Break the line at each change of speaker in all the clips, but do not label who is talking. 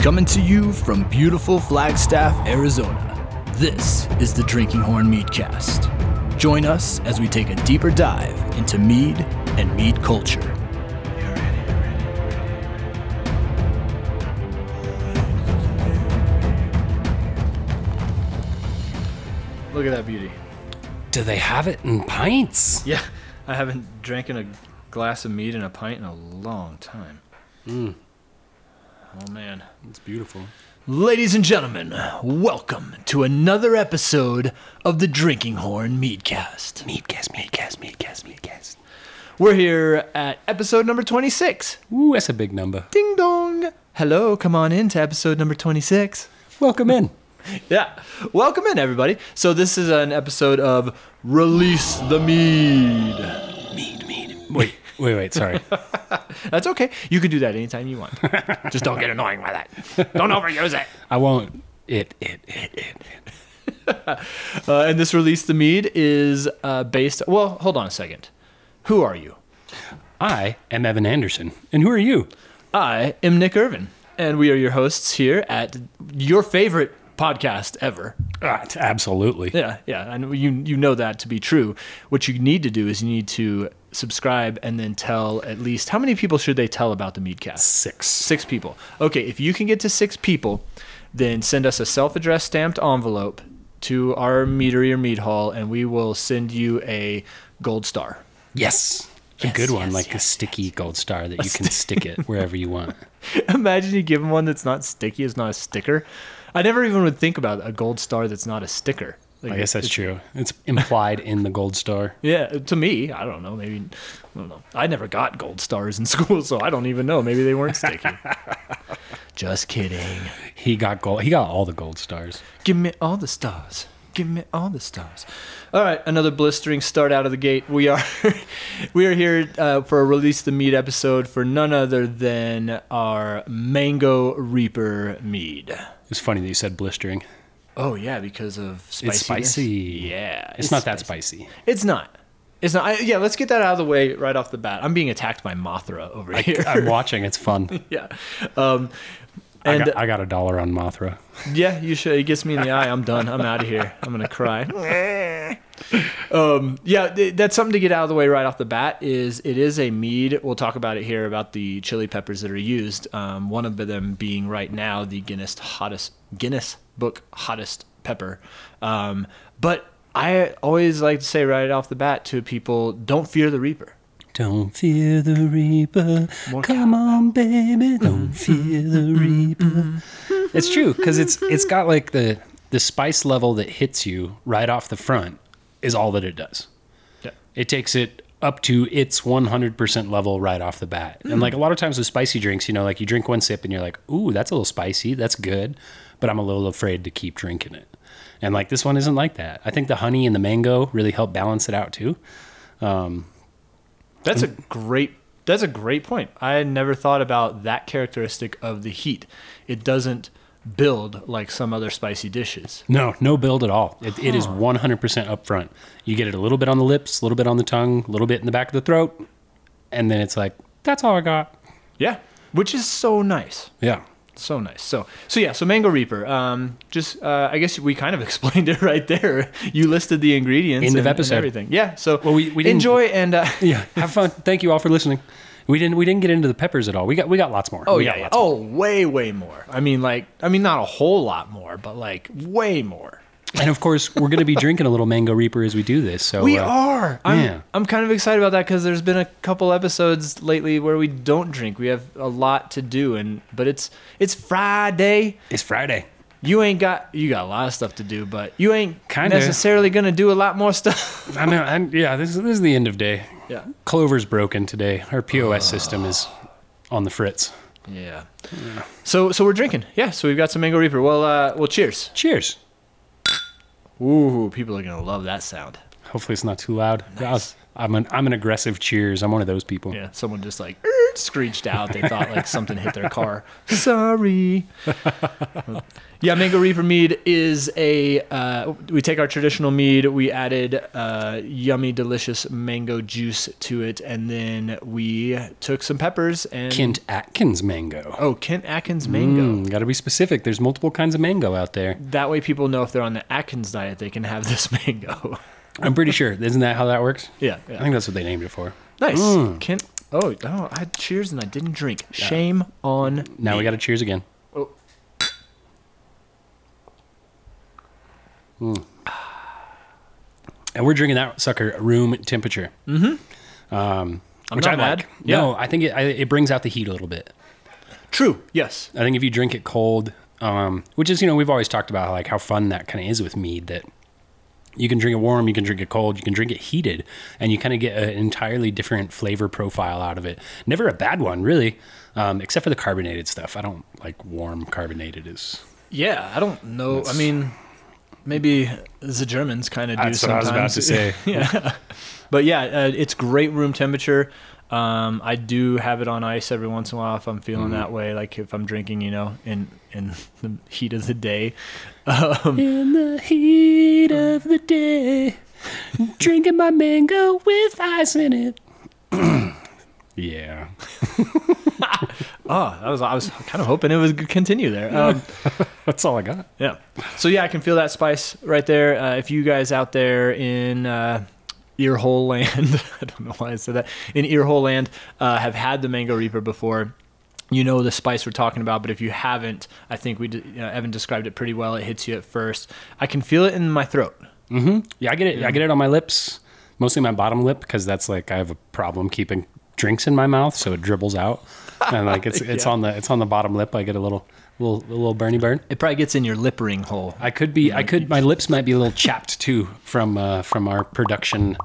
Coming to you from beautiful Flagstaff, Arizona, this is the Drinking Horn Meadcast. Join us as we take a deeper dive into mead and mead culture. Look at that beauty.
Do they have it in pints?
Yeah, I haven't drank in a glass of mead and a pint in a long time.
Mm,
Oh man.
it's beautiful.
Ladies and gentlemen, welcome to another episode of the Drinking Horn Meadcast.
Meatcast, meatcast, meatcast, meatcast.
We're here at episode number 26.
Ooh, that's a big number.
Ding dong. Hello, come on in to episode number 26.
Welcome in.
Yeah. Welcome in, everybody. So, this is an episode of Release the Mead.
Mead, mead. Wait, wait, wait. Sorry.
That's okay. You can do that anytime you want. Just don't get annoying by that. Don't overuse it.
I won't. It, it, it, it.
Uh, and this Release the Mead is uh, based. Well, hold on a second. Who are you?
I am Evan Anderson. And who are you?
I am Nick Irvin, and we are your hosts here at your favorite podcast ever.
Ah, t- absolutely.
Yeah, yeah, and you you know that to be true. What you need to do is you need to subscribe and then tell at least how many people should they tell about the Meadcast?
Six.
Six people. Okay, if you can get to six people, then send us a self-addressed stamped envelope to our meadery or mead hall, and we will send you a gold star.
Yes. A
Yes,
good one,
yes,
like the sticky gold star that you can stick it wherever you want.
Imagine you give them one that's not sticky, it's not a sticker. I never even would think about a gold star that's not a sticker. Like,
I guess that's true. It's implied in the gold star.
yeah, to me, I don't know. Maybe I don't know. I never got gold stars in school, so I don't even know. Maybe they weren't sticky. Just kidding.
He got gold. He got all the gold stars.
Give me all the stars. Give me all the stars. All right, another blistering start out of the gate. We are, we are here uh, for a release the mead episode for none other than our mango reaper mead.
It's funny that you said blistering.
Oh yeah, because of spiciness.
It's spicy.
Yeah,
It's, not that spicy.
It's not. It's not. I, yeah, let's get that out of the way right off the bat. I'm being attacked by Mothra over here.
I'm watching. It's fun.
yeah. Um,
I,
and uh,
got, I got a dollar on Mothra.
yeah, you should. It gets me in the eye. I'm done. I'm out of here. I'm gonna cry. um, yeah, th- that's something to get out of the way right off the bat. Is it is a mead. We'll talk about it here about the chili peppers that are used. Um, one of them being right now the Guinness hottest Guinness Book hottest pepper. Um, but I always like to say right off the bat to people, don't fear the reaper.
Don't fear the reaper. Come on, baby. Don't fear the reaper. It's true because it's it's got like the the spice level that hits you right off the front is all that it does.
Yeah.
It takes it up to its 100% level right off the bat. And like a lot of times with spicy drinks, you know, like you drink one sip and you're like, "Ooh, that's a little spicy. That's good," but I'm a little afraid to keep drinking it. And like this one isn't like that. I think the honey and the mango really help balance it out too.
That's a great that's a great point. I had never thought about that characteristic of the heat. It doesn't build like some other spicy dishes.
No, no build at all. It, it is 100% upfront. You get it a little bit on the lips, a little bit on the tongue, a little bit in the back of the throat, and then it's like, that's all I got.
Yeah. Which is so nice.
Yeah.
So nice. So so yeah, so Mango Reaper. Um just uh, I guess we kind of explained it right there. You listed the ingredients
End of
and, and
episode.
everything. Yeah. So
Well, we- we didn't-
enjoy and uh,
Yeah. Have fun. Thank you all for listening. We didn't we didn't get into the peppers at all. We got we got lots more.
Oh
we
yeah,
got
yeah.
Lots more.
Oh, way way more. I mean like I mean not a whole lot more, but like way more.
And of course, we're going to be drinking a little mango reaper as we do this. So
We
uh,
are. I'm,
yeah.
I'm kind of excited about that because there's been a couple episodes lately where we don't drink. We have a lot to do, and but it's it's Friday.
It's Friday.
You ain't got you got a lot of stuff to do, but you ain't
Kinda.
necessarily gonna do a lot more stuff.
I know. i yeah. This is, this is the end of day.
yeah. Ah.
Clover's broken today. Our POS system is on the fritz.
Yeah. So so we're drinking. Yeah. So we've got some mango reaper. Well uh well cheers.
Cheers.
Ooh, people are gonna love that sound.
Hopefully, it's not too loud. I was I'm an I'm an aggressive cheers. I'm one of those people.
Yeah, someone just like screeched out. They thought like something hit their car. Sorry. yeah, mango reaper mead is a. Uh, we take our traditional mead. We added uh, yummy, delicious mango juice to it, and then we took some peppers and.
Kent Atkins mango.
Oh, Kent Atkins mango.
Mm, Got to be specific. There's multiple kinds of mango out there.
That way, people know if they're on the Atkins diet, they can have this mango.
I'm pretty sure. Isn't that how that works?
yeah,
I
yeah.
think that's what they named it for.
Nice. Kent. Oh, oh, I had cheers and I didn't drink. Shame on.
Now we got to cheers again.
Oh.
Mm. And we're drinking that sucker room temperature. Mm-hmm. Um,
I'm
which
not
I
mad.
like. No, I think it, I, it brings out the heat a little bit.
True. Yes.
I think if you drink it cold, um, which is you know we've always talked about like how fun that kind of is with mead that you can drink it warm, you can drink it cold, you can drink it heated, and you kind of get an entirely different flavor profile out of it. Never a bad one, really, um, except for the carbonated stuff. I don't like warm carbonated. Is
Yeah, I don't know. I mean, maybe the Germans kind of do sometimes. yeah, but yeah, uh, it's great room temperature. Um, I do have it on ice every once in a while if I'm feeling that way. Like if I'm drinking, you know, in in the heat of the day. Um,
In the heat of the day, drinking my mango with ice in it. yeah.
oh, I was I was kind of hoping it would continue there. Um,
That's all I got.
Yeah. So yeah, I can feel that spice right there. Uh, if you guys out there in uh, earhole land, I don't know why I said that, in earhole land, uh, have had the mango reaper before. You know the spice we're talking about, but if you haven't, I think we d- you know, Evan described it pretty well. It hits you at first. I can feel it in my throat. Mm-hmm.
Yeah, I get it. I get it on my lips, mostly my bottom lip, because that's like I have a problem keeping drinks in my mouth, so it dribbles out, and like it's it's
Yeah.
on the it's on the bottom lip. I get a little little little burny burn.
It probably gets in your lip ring hole.
I could be I
Mm-hmm.
could my lips might be a little chapped too from uh, from our production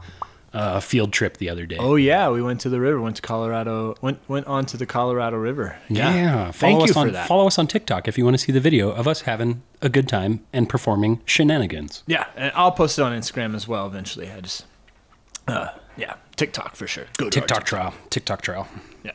uh, field trip the other day.
Oh yeah, we went to the river. Went to Colorado. Went went on to the Colorado River.
Yeah. Follow
Thank
us
you
on,
for that.
Follow us on TikTok if you want to see the video of us having a good time and performing shenanigans.
Yeah, and I'll post it on Instagram as well eventually. I just, uh, yeah, TikTok for sure. Go to our
TikTok trial. TikTok trial.
Yeah.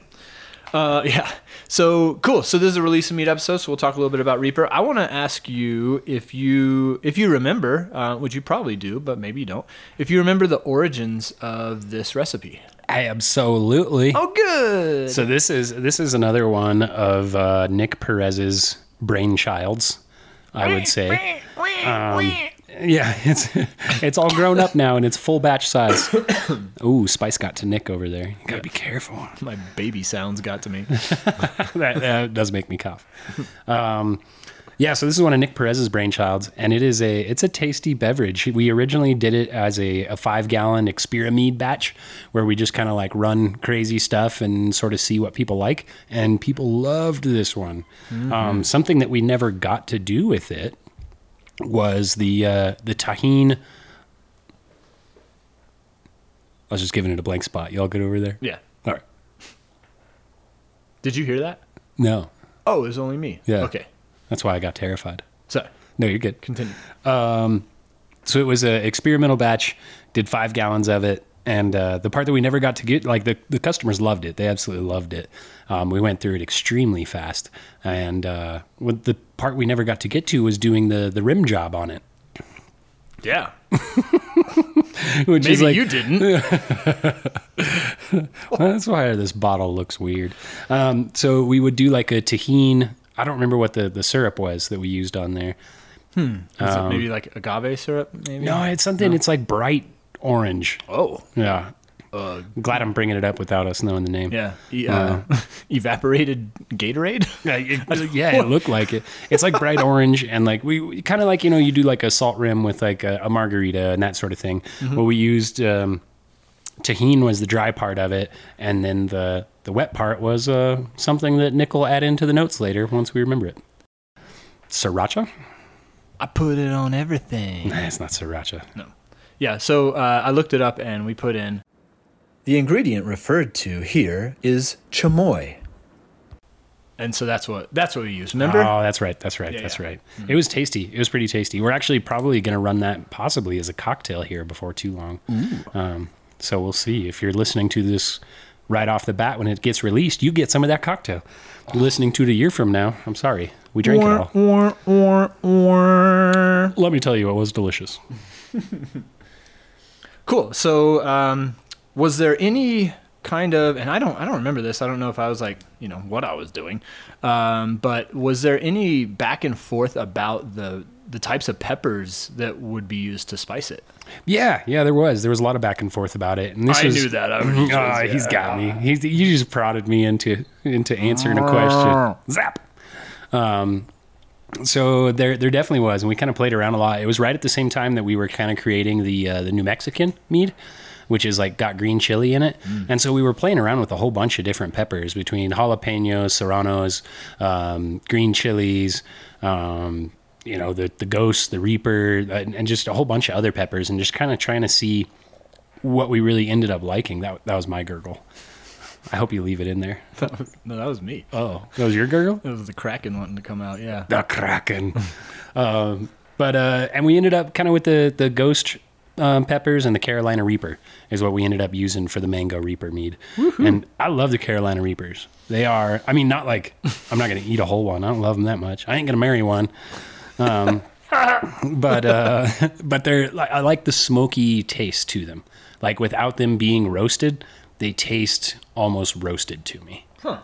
Uh, yeah. So cool. So this is a release and meet episode. So we'll talk a little bit about Reaper. I want to ask you if you if you remember, uh, which you probably do, but maybe you don't. If you remember the origins of this recipe.
Absolutely.
Oh, good.
So this is this is another one of uh, Nick Perez's brainchilds, I would say. Um, yeah, it's it's all grown up now and it's full batch size. Ooh, spice got to Nick over there. You gotta be careful.
My baby sounds got to me.
that, that does make me cough. Um, yeah, so this is one of Nick Perez's brainchilds, and it is a it's a tasty beverage. We originally did it as a, a five gallon Experimede batch, where we just kind of like run crazy stuff and sort of see what people like, and people loved this one. Um, something that we never got to do with it was the uh, the tahine. I was just giving it a blank spot. Y'all good over there?
Yeah.
All right.
Did you hear that?
No,
Oh, it was only me.
Yeah.
Okay.
that's why I got terrified.
So
No, you're good.
continue.
So it was an experimental batch. Did five gallons of it, and uh, the part that we never got to get, like the, the customers loved it. They absolutely loved it. Um, we went through it extremely fast, and uh, what the part we never got to get to was doing the the rim job on it,
Yeah.
which is
Maybe
like
you didn't.
Well, that's why this bottle looks weird. Um, so we would do like a tahine. I don't remember what the the syrup was that we used on there.
Is
Um,
it maybe like agave syrup. Maybe.
No, it's something. It's like bright orange.
Oh.
Yeah.
Uh,
Glad I'm bringing it up without us knowing the name.
yeah. E- uh, evaporated Gatorade.
Yeah, it, yeah, it looked like it. It's like bright orange, and like we, we kind of like you know you do like a salt rim with like a, a margarita and that sort of thing. What we used um, tahine was the dry part of it, and then the the wet part was uh, something that Nick will add into the notes later once we remember it. Sriracha?
I put it on everything.
Nah, it's not sriracha.
Yeah, so uh, I looked it up and we put in. The ingredient referred to here is chamoy. And so that's what that's what we use. Remember?
Oh, that's right. That's right.
Yeah,
that's
yeah.
right. It was tasty. It was pretty tasty. We're actually probably going to run that possibly as a cocktail here before too long. Um, So we'll see. If you're listening to this right off the bat when it gets released, you get some of that cocktail. You're listening to it a year from now. I'm sorry. We drank it all.
Or, or, or.
Let me tell you, it was delicious.
Cool. So, um, was there any kind of, and I don't, I don't remember this. I don't know if I was like, you know, what I was doing. Um, but was there any back and forth about the the types of peppers that would be used to spice it?
Yeah, yeah, there was. There was a lot of back and forth about it. And this was-
that. I
Ah, he's got me. He's, you just prodded me into into answering a question. Zap. Um, so there there definitely was, and we kind of played around a lot. It was right at the same time that we were kind of creating the uh, the New Mexican mead, which is like got green chili in it, and so we were playing around with a whole bunch of different peppers between jalapenos, serranos, um, green chilies. Um, you know the the ghost, the reaper, and, and just a whole bunch of other peppers, and just kind of trying to see what we really ended up liking. That that was my gurgle. I hope you leave it in there.
No, that was me.
Oh, that was your gurgle?
That was the Kraken wanting to come out. Yeah.
The Kraken. um, but uh, and we ended up kind of with the the ghost um, peppers and the Carolina Reaper is what we ended up using for the mango Reaper mead. And I love the Carolina Reapers. They are. I mean, not like I'm not gonna eat a whole one. I don't love them that much. I ain't gonna marry one. Um, but uh, but they're like I like the smoky taste to them. Like without them being roasted, they taste almost roasted to me.
Huh.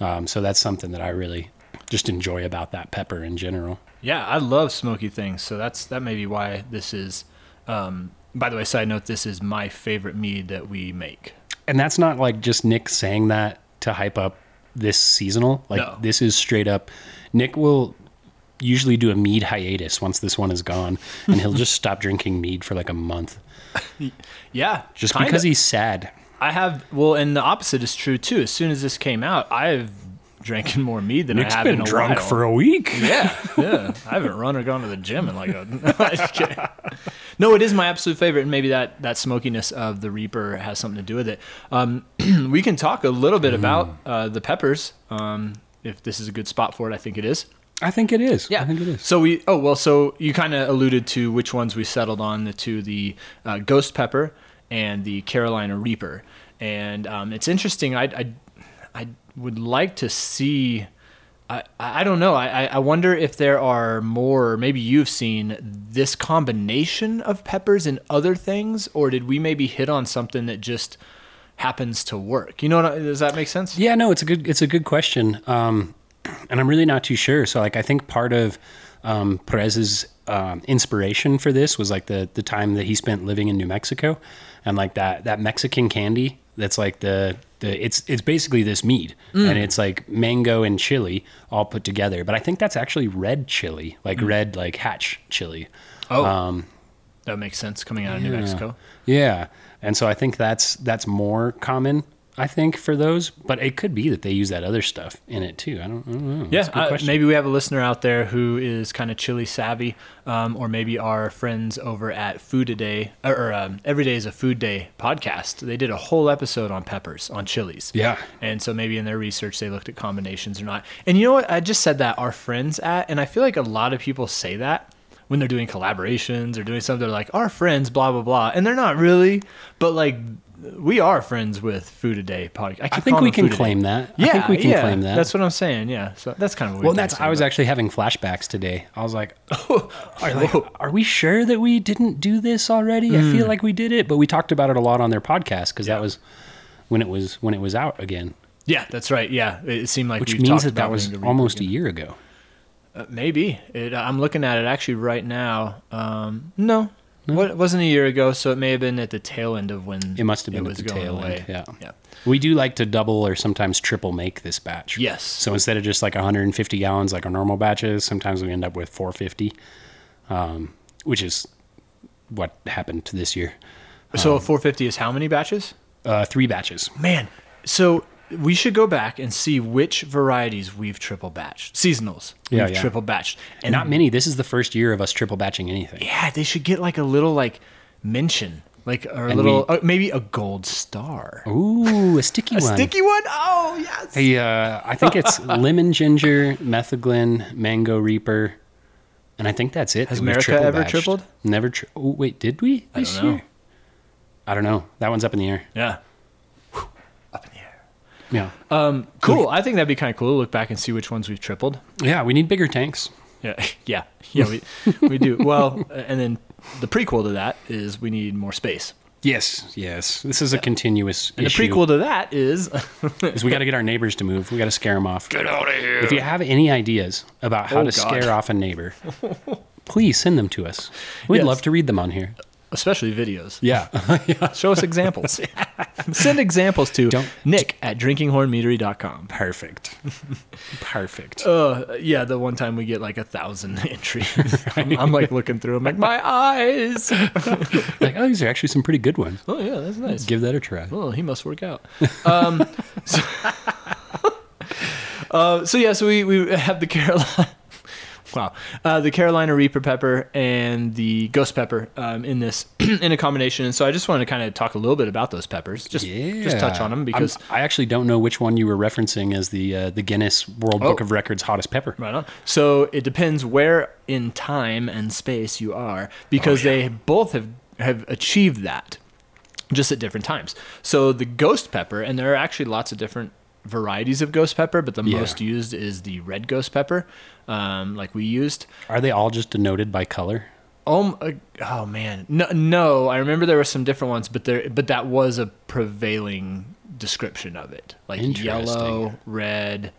Um, so that's something that I really just enjoy about that pepper in general.
Yeah, I love smoky things, so that's that may be why this is. Um, by the way, side note: this is my favorite mead that we make.
And that's not like just Nick saying that to hype up this seasonal. Like
No.
this is straight up. Nick will usually do a mead hiatus once this one is gone, and he'll just stop drinking mead for like a month
Yeah,
just
kinda.
because he's sad.
I have well, and the opposite is true too. As soon as this came out, I've drinking more mead than
Nick's
I have
been
in a
drunk
while.
for a week.
yeah, yeah. I haven't run or gone to the gym in like a. No, I'm just kidding. no, it is my absolute favorite, and maybe that that smokiness of the Reaper has something to do with it. Um, we can talk a little bit
Mm.
about uh, the peppers. Um, if this is a good spot for it, I think it is.
I think it is.
Yeah,
I think it is.
So we, oh well, so you kind of alluded to which ones we settled on: the two, the uh, ghost pepper and the Carolina Reaper. And um, it's interesting. I, I, I would like to see. I, I don't know. I, I I wonder if there are more. Maybe you've seen this combination of peppers and other things, or did we maybe hit on something that just happens to work? You know, what I, does that make sense?
Yeah, no, it's a good it's a good question, um, and I'm really not too sure. So like, I think part of um, Perez's um, inspiration for this was like the the time that he spent living in New Mexico, and like that that Mexican candy that's like the the it's it's basically this mead, and it's like mango and chili all put together. But I think that's actually red chili, like red like hatch chili.
Oh, that makes sense. Coming out of New Mexico.
Yeah, and so I think that's that's more common. I think for those, but it could be that they use that other stuff in it too. I don't, I don't know. Mm-hmm. That's
Yeah,
a good
uh,
question.
maybe we have a listener out there who is kind of chili savvy, um, or maybe our friends over at Food Today or, or um, Every Day is a Food Day podcast. They did a whole episode on peppers, on chilies.
Yeah.
and so maybe in their research they looked at combinations or not. And you know what? I just said that our friends at, and I feel like a lot of people say that when they're doing collaborations or doing something. They're like our friends, blah blah blah, and they're not really, but like. We are friends with Food Today podcast. I,
I think we can claim that. I think we can
yeah,
claim that.
That's what I'm saying. Yeah, so that's kind of a weird.
well,
thing
that's.
to say,
I was
but-
actually having flashbacks today. I was like, are, like, are we sure that we didn't do this already? I
Hmm.
feel like we did it, but we talked about it a lot on their podcast because that was when it was when it was out again,
yeah, that's right. Yeah, it, it seemed like
which
we
means
talked
that
about
that was
being a
almost a year ago.
re- uh, maybe. It, I'm looking at it actually right now. Um, no, what it wasn't a year ago, so it may have been at the tail end of when
It must have been at
was
the
going
tail
away.
end. Yeah.
yeah.
We do like to double or sometimes triple make this batch.
Yes.
So instead of just like 150 gallons like our normal batches, sometimes we end up with 450, um, which is what happened to this year.
So
Um,
a 450 is how many batches?
Uh, three batches.
Man, so we should go back and see which varieties we've triple batched, seasonals.
Yeah,
we've
yeah.
triple batched, and
Not many. This is the first year of us triple batching anything.
Yeah, they should get like a little like mention, like or a
And
little
we-
uh, maybe a gold star.
Ooh, a sticky one.
Sticky one? Oh yes.
Hey, uh, I think it's lemon ginger, metheglin, mango reaper, and I think that's it. Has
America ever tripled?
Never. Tri- oh, wait, did we this
don't know.
year? I don't know. That one's up in the air.
Yeah. Whew. Up in the air.
Yeah.
Um, cool. I think that'd be kind of cool to look back and see which ones we've tripled.
Yeah, we need bigger tanks.
Yeah, yeah, yeah. We we do well, and then the prequel to that is we need more space.
Yes, yes. This is a continuous
And
issue.
the prequel to that is
is we got to get our neighbors to move. We got to scare them off.
get out of here.
If you have any ideas about how
Oh,
to
God.
scare off a neighbor, please send them to us. We'd
Yes.
love to read them on here.
Especially videos.
Yeah.
Show us examples. Send examples to
Don't-
Nick at drinkinghornmeadery.com.
Perfect. Perfect.
Uh, yeah, the one time we get like a thousand entries, I'm, I'm like looking through. I'm like, my eyes.
like, oh, these are actually some pretty good ones.
Oh yeah, that's nice.
Give that a try.
Oh, he must work out. Um, so, uh, so yeah, so we, we have the Carolina, wow, uh, the Carolina Reaper pepper and the Ghost pepper um, in this in a combination. And so I just wanted to kind of talk a little bit about those peppers, just just touch
Yeah.
on them
I'm-
because
I actually don't know which one you were referencing as the uh, the Guinness World Book
Oh.
of Records hottest pepper.
Right on. So it depends where in time and space you are, because
Oh,
they both have have achieved that, just at different times. So the ghost pepper, and there are actually lots of different varieties of ghost pepper, but the
Yeah.
most used is the red ghost pepper, um, like we used.
Are they all just denoted by color?
Oh, m- uh, oh man, no, no. I remember there were some different ones, but there, but that was a prevailing description of it, like yellow,
Interesting.
red.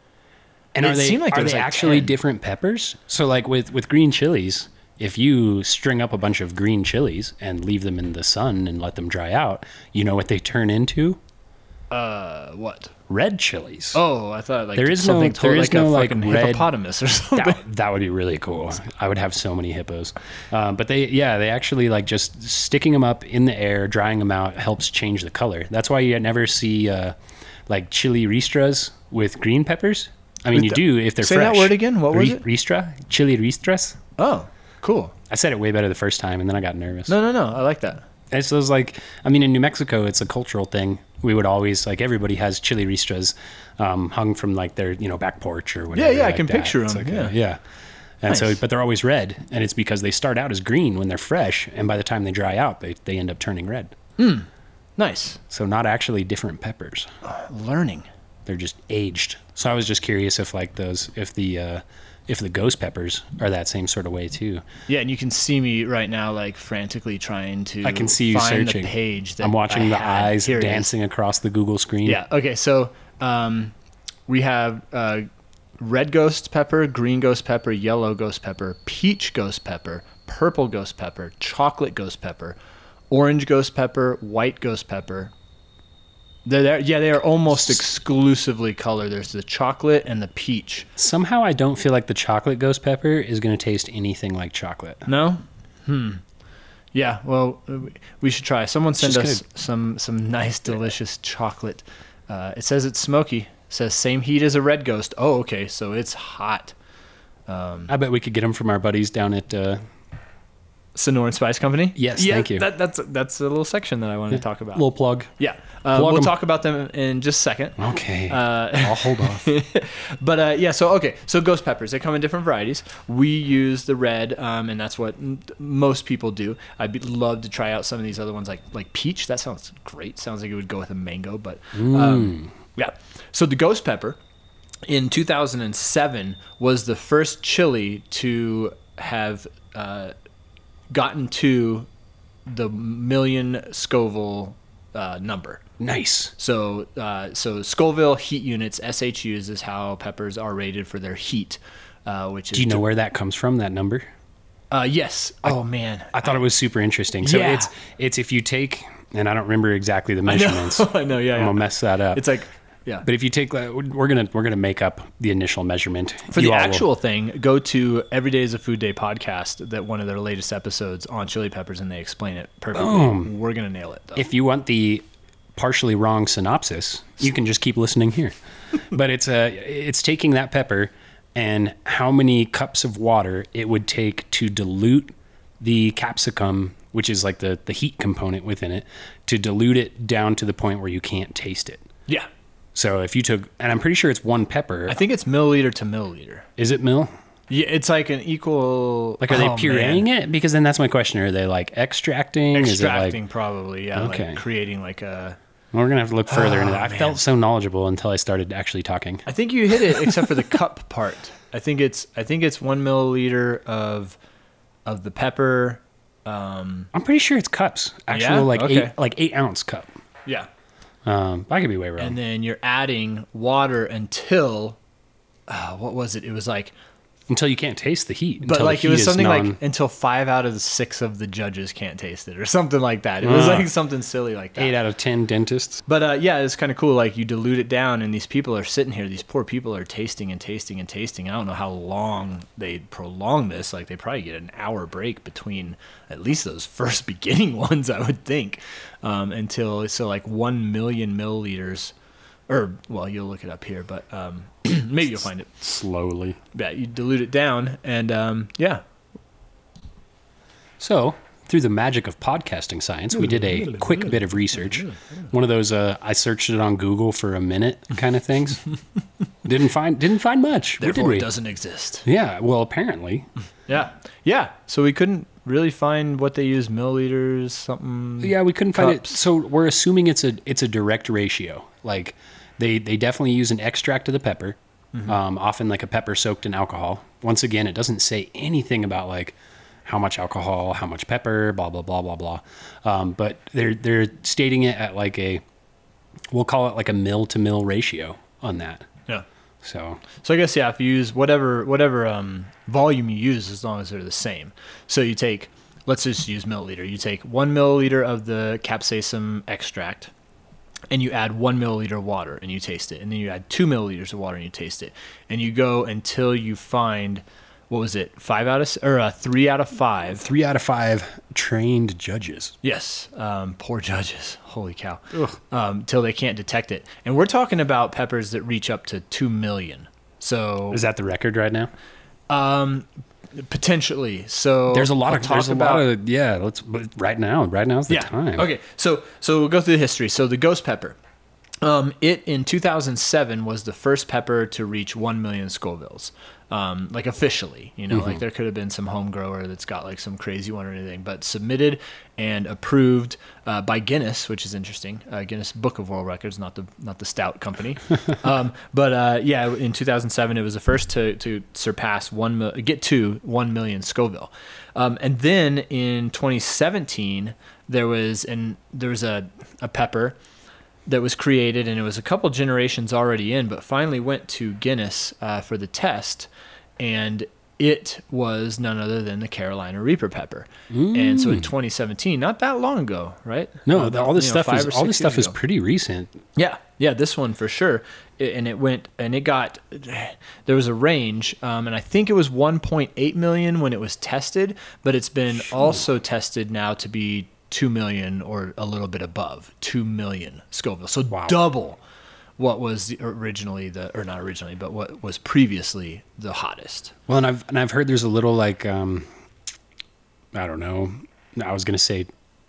And
It
are they,
seemed like there
are
was
they
like
actually
10.
different peppers? So like with, with green chilies, if you string up a bunch of green chilies and leave them in the sun and let them dry out, you know what they turn into?
Uh, what?
Red chilies.
Oh, I thought like
There is no-
something
there
totally
is
like a
no, like,
fucking
red-
hippopotamus or something.
That, that would be really cool. I would have so many hippos. Um, but they, yeah, they actually like just sticking them up in the air, drying them out helps change the color. That's why you never see uh, like chili ristras with green peppers. I mean, you do if they're
Say that
fresh.
word again. What was it?
Ristra, chili ristras.
Oh, cool.
I said it way better the first time, and then I got nervous.
No, no, no. I like that.
And so it's like, I mean, in New Mexico, it's a cultural thing. We would always like everybody has chili ristras um, hung from like their you know back porch or whatever.
yeah, I
like
can
that.
picture
It's
'em,
like a-
yeah.
yeah. And so,
Nice.
but they're always red, and it's because they start out as green when they're fresh, and by the time they dry out, they, they end up turning red.
Nice.
So not actually different peppers;
Learning.
they're just aged. So I was just curious if like those, if the uh, if the ghost peppers are that same sort of way too.
Yeah, and you can see me right now, like frantically trying to.
I can see you
find
searching.
the page. That
I'm watching
I
the
had.
eyes
Here it is.
dancing across the Google screen.
Yeah. Okay. So, um, we have uh, red ghost pepper, green ghost pepper, yellow ghost pepper, peach ghost pepper, purple ghost pepper, chocolate ghost pepper, orange ghost pepper, white ghost pepper. They're, they're, yeah, they are almost exclusively color. There's the chocolate and the peach.
Somehow I don't feel like the chocolate ghost pepper is going to taste anything like chocolate.
No. Hmm. Yeah. Well, uh, we should try. Someone send
just
us some some nice, delicious chocolate. Uh, it says it's smoky. It says same heat as a red ghost. Oh, okay. So it's hot. Hmm.
I bet we could get them from our buddies down at. Uh,
Sonoran Spice Company.
Yes,
Yeah,
thank you.
That, that's that's a little section that I wanted to talk about.
little plug.
yeah. Uh,
plug
we'll
'em.
talk about them in just a second.
Okay,
Uh,
I'll hold off.
but uh, yeah, so okay, so ghost peppers they come in different varieties. We use the red, um, and that's what m- most people do. I'd be, love to try out some of these other ones, like like peach. That sounds great. Sounds like it would go with a mango, but um, yeah. So the ghost pepper in 2007 was the first chili to have uh, gotten to the million Scoville uh, number.
nice.
So, uh, so Scoville heat units (SHUs) is how peppers are rated for their heat, uh, which is
Do you know where that comes from? That number?
Uh, yes. Oh man,
I thought it was super interesting. So
Yeah.
it's it's if you take, and I don't remember exactly the
I
measurements.
know. I know.
I'm
Yeah,
gonna
yeah.
mess that up.
It's like, yeah.
but if you take, like, we're gonna we're gonna make up the initial measurement
for
You
the
all will-
actual thing, go to Every Day is a Food Day podcast. That one of their latest episodes on chili peppers, and they explain it perfectly. We're gonna nail it though.
if you want the partially wrong synopsis, you can just keep listening here. but it's uh, it's taking that pepper and how many cups of water it would take to dilute the capsicum, which is like the the heat component within it, to dilute it down to the point where you can't taste it.
yeah,
So if you took, and I'm pretty sure it's one pepper.
I think it's milliliter to milliliter.
Is it mill?
Yeah, it's like an equal.
Like, are they
oh,
pureeing
man.
it? Because then that's my question. Are they like extracting? Is it
Extracting,
like,
probably. Yeah,
Okay.
like creating like a.
well, we're going to have to look further into that. I
Oh, man.
felt so knowledgeable until I started actually talking.
I think you hit it, except for the cup part. I think it's I think it's one milliliter of of the pepper. Um,
I'm pretty sure it's cups, actual
Yeah?
like
Okay.
eight, like eight ounce cup.
yeah,
Um, but I could be way wrong.
and then you're adding water until uh, what was it? It was like,
until you can't taste the heat.
but
until
like
the
it was
heat is
something
known.
like until five out of the six of the judges can't taste it or something like that. It was
Ah.
like something silly like that.
eight out of ten dentists.
But uh, yeah, it's kind of cool. Like you dilute it down, and these people are sitting here. These poor people are tasting and tasting and tasting. I don't know how long they prolong this. Like they probably get an hour break between at least those first beginning ones, I would think, um, until so like one million milliliters, or well, you'll look it up here, but um, maybe you'll find it.
Slowly.
Yeah, you dilute it down, and um, yeah,
So, through the magic of podcasting science, we did a quick bit of research. One of those uh, I searched it on Google for a minute kind of things. didn't find didn't find much. What did
therefore
we?
it doesn't exist.
Yeah, well, apparently.
Yeah, yeah. So we couldn't really find what they use milliliters, something.
Yeah, we couldn't find
Cups.
it. So we're assuming it's a it's a direct ratio. Like they they definitely use an extract of the pepper,
Mm-hmm.
um, often like a pepper soaked in alcohol. Once again, it doesn't say anything about like how much alcohol, how much pepper, blah blah blah blah blah. Um, but they're they're stating it at like a we'll call it like a mill to mill ratio on that.
Yeah.
So
So I guess yeah, if you use whatever whatever um, volume you use, as long as they're the same. So you take, let's just use milliliter. You take one milliliter of the capsaicin extract, and you add one milliliter of water, and you taste it. And then you add two milliliters of water, and you taste it. And you go until you find, what was it, five out of s- or uh, three out of five
three out of five trained judges.
Yes, um, poor judges. Holy cow! Um, till they can't detect it, and we're talking about peppers that reach up to two million. So
Is that the record right now?
potentially, so
There's a lot
I'll
of there's a lot of yeah. Let's but right now. Right now's the
yeah.
time.
Okay, so so we'll go through the history. So the ghost pepper, um, it in 2007 was the first pepper to reach 1 million Scovilles, um, like officially. You know, like there could have been some home grower that's got like some crazy one or anything, but submitted and approved uh, by Guinness, which is interesting. Uh, Guinness Book of World Records, not the not the stout company. um, but uh, yeah, in 2007 it was the first to to surpass one mil- get to 1 million Scoville, um, and then in 2017 there was an there was a a pepper that was created, and it was a couple generations already in, but finally went to Guinness uh, for the test, and it was none other than the Carolina Reaper pepper. And so in 2017, not that long ago, right?
Mm. No,
Uh,
the, all this
you know,
stuff
five
is
or
all this
six years
stuff is
ago.
pretty recent.
Yeah, yeah, this one for sure. I- And it went, and it got, there was a range, um, and I think it was 1.8 million when it was tested, but it's been also tested now to be 2 million or a little bit above 2 million Scoville. So double what was the- originally the, or not originally, but what was previously the hottest.
Well, and I've and I've heard there's a little like um, I don't know. I was gonna say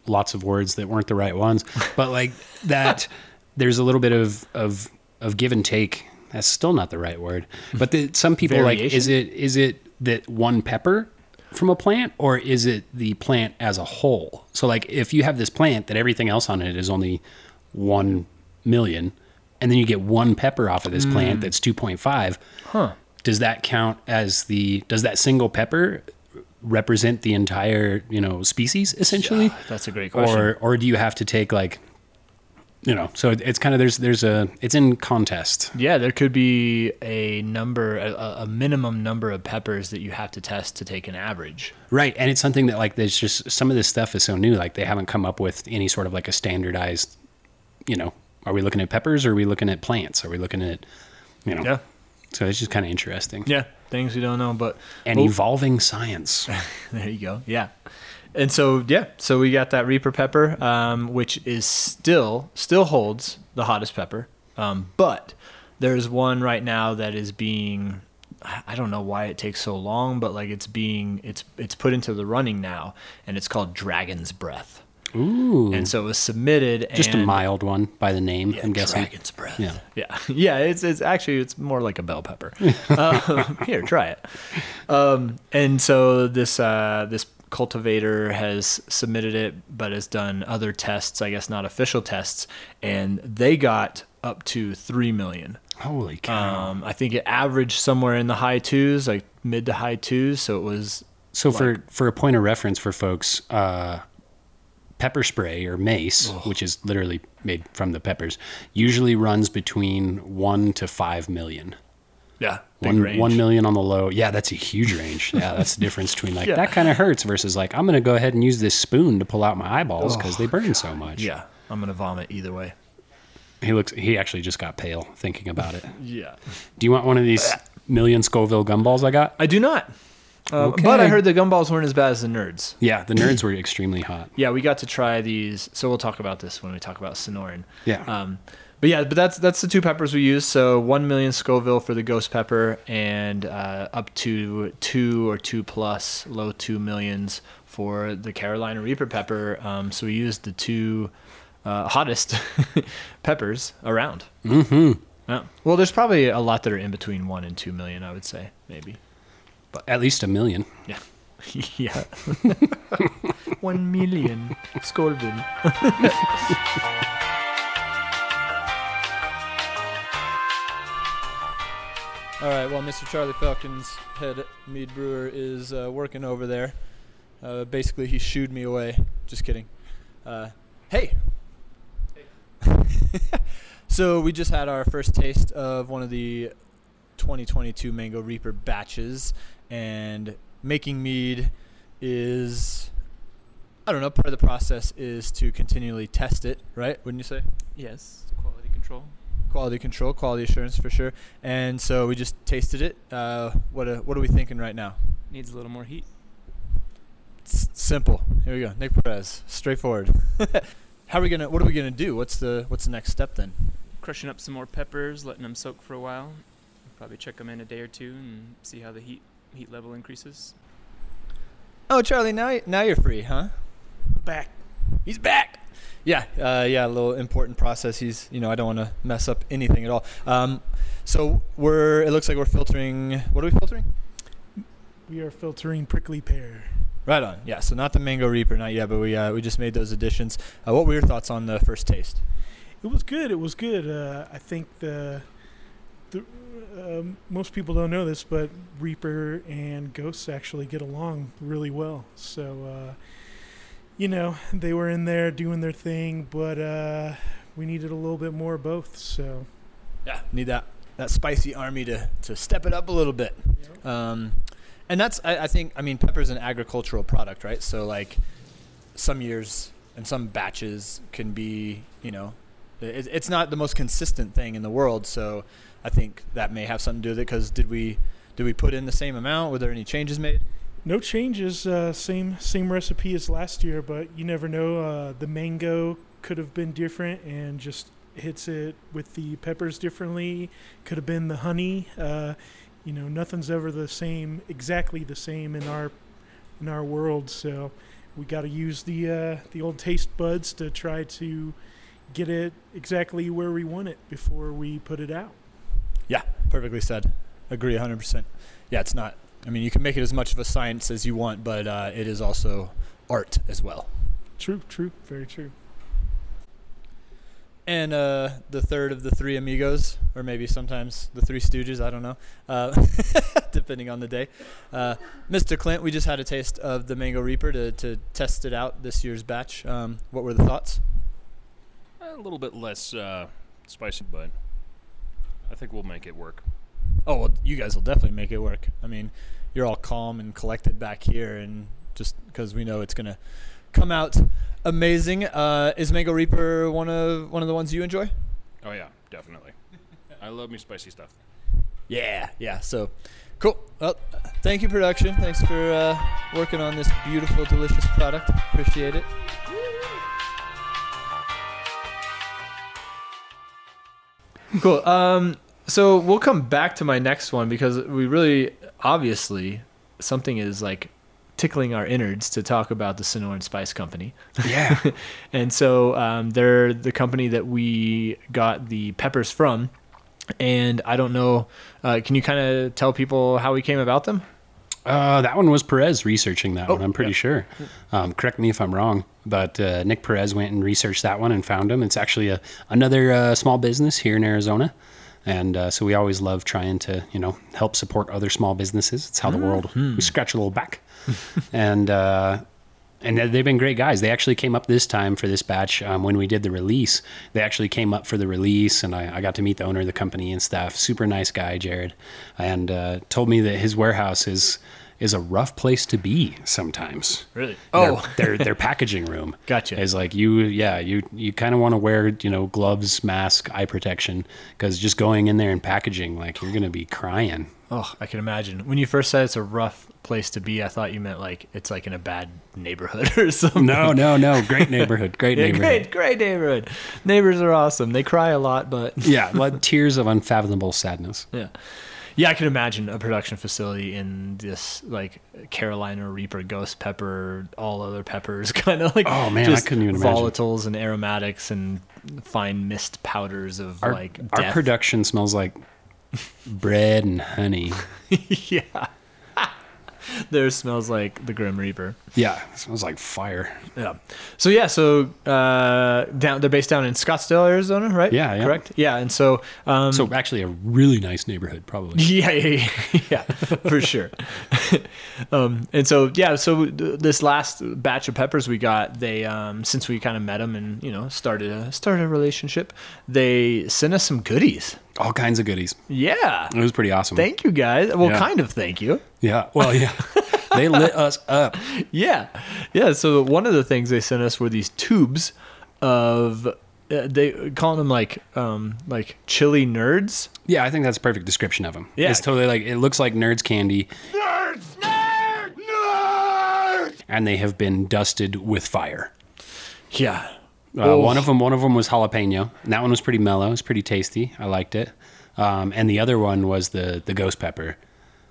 lots of words that weren't the right ones, but like that. there's a little bit of of of give and take. That's still not the right word. But the, some people like is it is it that one pepper from a plant or is it the plant as a whole? So like if you have this plant that everything else on it is only one million, and then you get one pepper off of this plant that's two point five. Huh. Does that count as the? Does that single pepper represent the entire you know species essentially?
That's a great question.
Or or do you have to take like you know, so it- it's kind of there's there's a it's in contest.
Yeah, there could be a number, a- a, a minimum number of peppers that you have to test to take an average.
Right. And it's something that like there's just some of this stuff is so new like they haven't come up with any sort of like a standardized you know, are we looking at peppers or are we looking at plants? Are we looking at you know.
Yeah.
So it's just kind of interesting.
Yeah, things we don't know, but
And evolving science.
There you go. Yeah. And so yeah, so we got that Reaper pepper, um, which is still still holds the hottest pepper, um, but there's one right now that is being I I don't know why it takes so long, but like it's being it's it's put into the running now, and it's called Dragon's Breath.
Ooh.
and so it was submitted.
Mm. just a
and-
mild one by the name, I'm guessing.
Dragon's breath.
Yeah.
yeah, yeah. It's it's actually it's more like a bell pepper. um, here, try it. Um, and so this uh, this cultivator has submitted it, but has done other tests. I guess not official tests, and they got up to three million.
Holy cow.
Um, I think it averaged somewhere in the high twos, like mid to high twos. So it was
so for for a point of reference for folks, uh, pepper spray or mace, which is literally made from the peppers, usually runs between 1 to 5 million.
yeah, big
One,
range.
one million on the low. Yeah, that's a huge range. Yeah, that's the difference between like
Yeah.
that kind of hurts versus like I'm gonna go ahead and use this spoon to pull out my eyeballs because they burn so much.
Yeah, I'm gonna vomit either way.
he looks. He actually just got pale thinking about it.
Yeah,
Do you want one of these million Scoville gumballs I got?
I do not. Uh, But I
Okay.
heard the gumballs weren't as bad as the nerds.
Yeah, the nerds were extremely hot.
yeah, we got to try these. So we'll talk about this when we talk about Sonoran.
Yeah.
Um, but yeah, but that's that's the two peppers we use. So one million Scoville for the ghost pepper, and uh, up to two or two plus low two millions for the Carolina Reaper pepper. Um, so we used the two uh, hottest peppers around. Mm-hmm. Yeah. Well, there's probably a lot that are in between one and two million. I would say maybe.
At least a million.
Yeah. yeah. One million Scoville. All right. Well, Mr. Charlie Falcon's head mead brewer is uh, working over there. Uh, basically, he shooed me away. Just kidding. Uh, hey. so we just had our first taste of one of the 2022 Mango Reaper batches, and making mead is. I don't know. Part of the process is to continually test it, right? Wouldn't you say?
Yes, quality control.
Quality control, quality assurance for sure. And so we just tasted it. Uh, what uh what are we thinking right now?
Needs a little more heat.
S- simple. Here we go. Nick Perez, straightforward. How are we gonna? What are we gonna do? What's the What's the next step then?
Crushing up some more peppers, letting them soak for a while. Probably check them in a day or two and see how the heat heat level increases.
Oh, Charlie, now y- now you're free, huh?
Back.
He's back. Yeah, uh, yeah, a little important process. He's, you know, I don't want to mess up anything at all. Um, so we're, it looks like we're filtering. What are we filtering?
We are filtering prickly pear.
Right on. Yeah. So not the mango reaper, not yet, but we uh, we just made those additions. Uh, what were your thoughts on the first taste?
It was good. It was good. Uh, I think the, the um most people don't know this, but Reaper and Ghosts actually get along really well. So, uh, you know, they were in there doing their thing, but uh, we needed a little bit more of both. So,
Yeah. Need that that spicy army to to step it up a little bit. Um, and that's I, I think I mean pepper's an agricultural product, right? So like some years and some batches can be you know it, it's not the most consistent thing in the world. So I think that may have something to do with it. Because did we did we put in the same amount? Were there any changes made?
no changes. Uh, same same recipe as last year, but you never know. Uh, the mango could have been different, and just hits it with the peppers differently. Could have been the honey. Uh, you know, nothing's ever the same, exactly the same in our in our world. So we got to use the uh, the old taste buds to try to get it exactly where we want it before we put it out.
Yeah, perfectly said. Agree 100%. Yeah, it's not. I mean, you can make it as much of a science as you want, but uh, it is also art as well.
True, true, very true.
And uh, the third of the three amigos, or maybe sometimes the three stooges, I don't know, uh, depending on the day. Uh, Mr. Clint, we just had a taste of the Mango Reaper to, to test it out this year's batch. Um, what were the thoughts?
A little bit less uh, spicy, but I think we'll make it work.
Oh, well, you guys will definitely make it work. I mean, you're all calm and collected back here, and just because we know it's gonna come out amazing. Uh, is Mango Reaper one of one of the ones you enjoy?
Oh yeah, definitely. I love me spicy stuff.
Yeah, yeah. So cool. Well, thank you, production. Thanks for uh, working on this beautiful, delicious product. Appreciate it. Cool. Um, so we'll come back to my next one because we really, obviously, something is like
tickling our innards to talk about the Sonoran Spice Company.
Yeah.
And so um, they're the company that we got the peppers from. And I don't know. Uh, can you kind of tell people how we came about them?
Uh, that one was Perez researching that
Oh,
one. I'm pretty sure. Um, correct me if I'm wrong, but uh, Nick Perez went and researched that one and found him. It's actually a, another uh, small business here in Arizona, and uh, so we always love trying to you know help support other small businesses. It's how the world we scratch a little back, and uh, and they- they've been great guys. They actually came up this time for this batch um, when we did the release. They actually came up for the release, and I, I got to meet the owner of the company and stuff. Super nice guy, Jared, and uh, told me that his warehouse is is a rough place to be sometimes.
Really?
Their-
Oh,
their, their packaging room.
Gotcha.
Is like you, yeah, you you kind of want to wear you know gloves, mask, eye protection because just going in there and packaging like you're gonna be crying.
oh, I can imagine. When you first said it's a rough place to be, I thought you meant like it's like in a bad neighborhood or something.
No, no, no. Great neighborhood. Great
Yeah,
neighborhood.
great, great neighborhood. Neighbors are awesome. They cry a lot, but
Yeah, like tears of unfathomable sadness.
yeah, yeah. I can imagine a production facility in this like Carolina Reaper, Ghost Pepper, all other peppers, kind of like
Oh, man, I
just
couldn't even imagine.
volatiles and aromatics and fine mist powders of
Our,
like
our
death.
production smells like bread and honey.
yeah, there smells like the Grim Reaper.
Yeah, it smells like fire.
Yeah. So yeah, so uh, down they're based down in Scottsdale, Arizona, right?
Yeah, yeah.
correct. Yeah, and so um,
So actually, a really nice neighborhood, probably.
Yeah, yeah, yeah, yeah for sure. um, and so, yeah, so th- this last batch of peppers we got, they um, since we kind of met them and you know started a started a relationship, they sent us some goodies.
All kinds of goodies.
Yeah,
It was pretty awesome.
thank you guys. Well,
Mm. Yeah.
kind of thank you.
yeah. Well, yeah. they lit us up.
Yeah, yeah. So one of the things they sent us were these tubes of uh, they call them like um, like chili nerds.
Yeah, I think that's a perfect description of them.
Yeah.
It's totally like it looks like nerds candy. Nerds, nerds, nerds. And they have been dusted with fire.
Yeah.
Uh,
Oh.
One of them, one of them was jalapeno. And that one was pretty mellow. It was pretty tasty. I liked it. Um, and the other one was the the ghost pepper.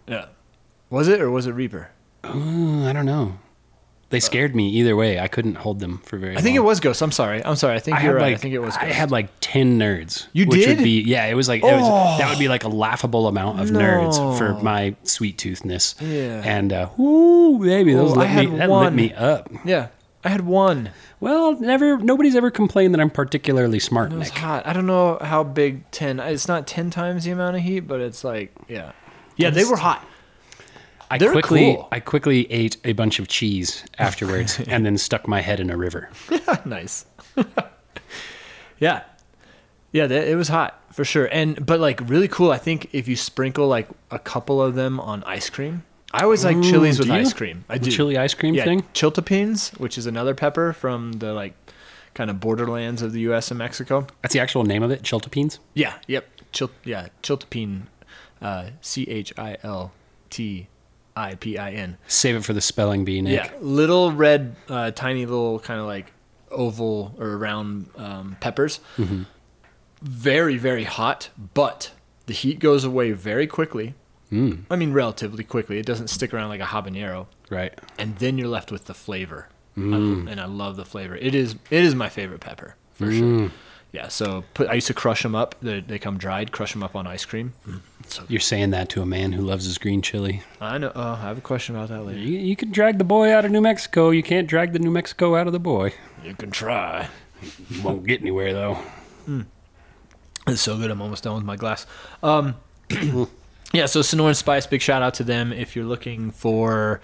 Yeah. Was it or was it Reaper?
Mm, I don't know. They scared me either way. I couldn't hold them for very.
Uh, I think it was Ghost. I'm sorry. I'm sorry. I think
I had
you're right.
like
I think it was
I
Ghost.
had like ten nerds.
You
which
did? Oh.
Would be, yeah, it was like it was, that would be like a laughable amount of nerds for
No.
my sweet toothness.
Yeah.
and uh, whoo, baby, those
Oh, I
lit
had
me, that lit
one.
me up.
yeah, I had one.
Well, never nobody's ever complained that I'm particularly smart,
It was
Nick.
hot. I don't know how big ten. It's not ten times the amount of heat, but it's like yeah, yeah. They were hot.
I
They're
quickly
cool.
I quickly ate a bunch of cheese afterwards and then stuck my head in a river.
nice. yeah, yeah. That, it was hot for sure. And but like really cool. I think if you sprinkle like a couple of them on ice cream, I always like chilies
do
with
you?
ice cream. I
The
do
chili ice cream
yeah,
thing?
Chiltepines, which is another pepper from the like kind of borderlands of the U.S. and Mexico.
That's the actual name of it, chiltepines.
Yeah. Yep. Chil- yeah. Chiltepin. Uh, C H I L T I P I N.
Save it for the spelling bee, Nick.
Yeah. Little red, uh, tiny little kind of like oval or round um, peppers. Very, very hot, but the heat goes away very quickly. Mm. I mean, relatively quickly. It doesn't stick around like a habanero.
Right.
And then you're left with the flavor. I, and I love the flavor. It is it is my favorite pepper for sure. Yeah, so put, I used to crush them up. They, they come dried, crush them up on ice cream. So
You're saying that to a man who loves his green chili.
I know. Oh, I have a question about that later.
You, you can drag the boy out of New Mexico. You can't drag the New Mexico out of the boy.
You can try.
You won't get anywhere though.
It's so good. I'm almost done with my glass. Um, yeah, so Sonoran Spice, big shout out to them. If you're looking for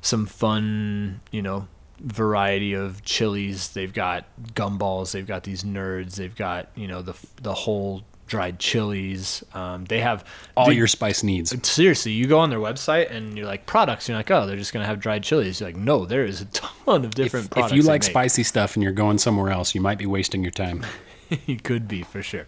some fun, you know, variety of chilies, they've got gumballs, they've got these nerds, they've got, you know, the, the whole dried chilies. Um, they have
All
the-
your spice needs.
seriously, you go on their website and you're like products. You're like, oh, they're just gonna have dried chilies. You're like, no, there is a ton of
If,
different
if
products.
you
they
like
make.
spicy stuff and you're going somewhere else, you might be wasting your time.
you could be for sure.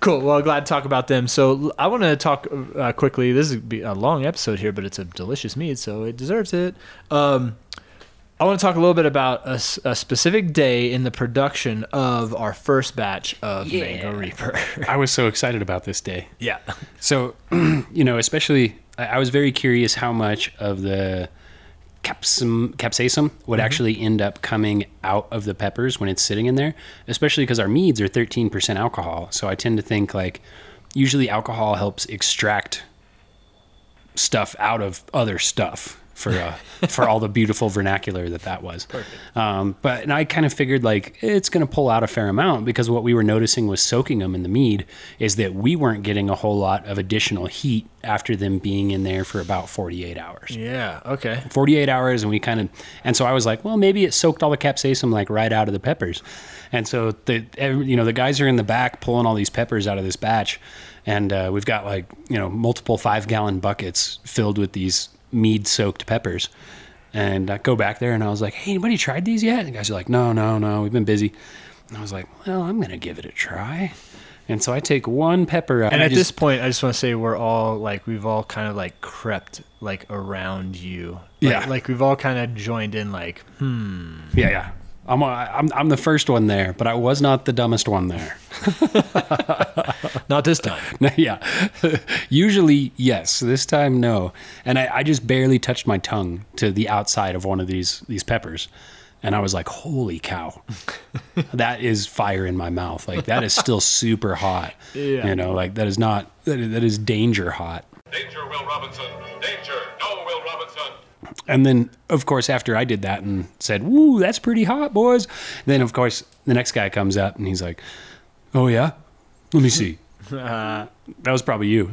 Cool. Well, glad to talk about them. So l- I want to talk uh, quickly. This is be a long episode here, but it's a delicious meat, so it deserves it. Um, I want to talk a little bit about a, s- a specific day in the production of our first batch of Mango Reaper.
I was so excited about this day.
yeah.
So, you know, especially I I was very curious how much of the capsum, capsaicin would actually end up coming out of the peppers when it's sitting in there, especially because our meads are 13% alcohol. So I tend to think like usually alcohol helps extract stuff out of other stuff for uh, for all the beautiful vernacular that that was. Um, but and I kind of figured like it's going to pull out a fair amount because what we were noticing was soaking them in the mead is that we weren't getting a whole lot of additional heat after them being in there for about 48 hours.
Yeah. Okay.
48 hours and we kind of and so i was like well maybe it soaked all the capsaicin like right out of the peppers and so the every- you know the guys are in the back pulling all these peppers out of this batch and uh, we've got like you know multiple five gallon buckets filled with these mead soaked peppers and i go back there and i was like hey anybody tried these yet and the guys are like no no no we've been busy and i was like well i'm gonna give it a try and so i take one pepper out
And
I
at
just-
this point, I just want to say we're all like we've all kind of like crept like around you. Like-
Yeah.
Like we've all kind of joined in. Like
Yeah, yeah. I'm, a, I'm I'm the first one there, but I was not the dumbest one there.
not this time.
yeah. Usually yes, this time no. And I, I just barely touched my tongue to the outside of one of these these peppers, and I was like, "Holy cow, that is fire in my mouth! Like that is still super hot.
Yeah.
You know, like that is not that is, that is danger hot."
Danger, Will Robinson. Danger. No, Will Robinson.
And then, of course, after I did that and said, "Woo, that's pretty hot, boys," then of course the next guy comes up and he's like, "Oh yeah, let me see." that was probably you.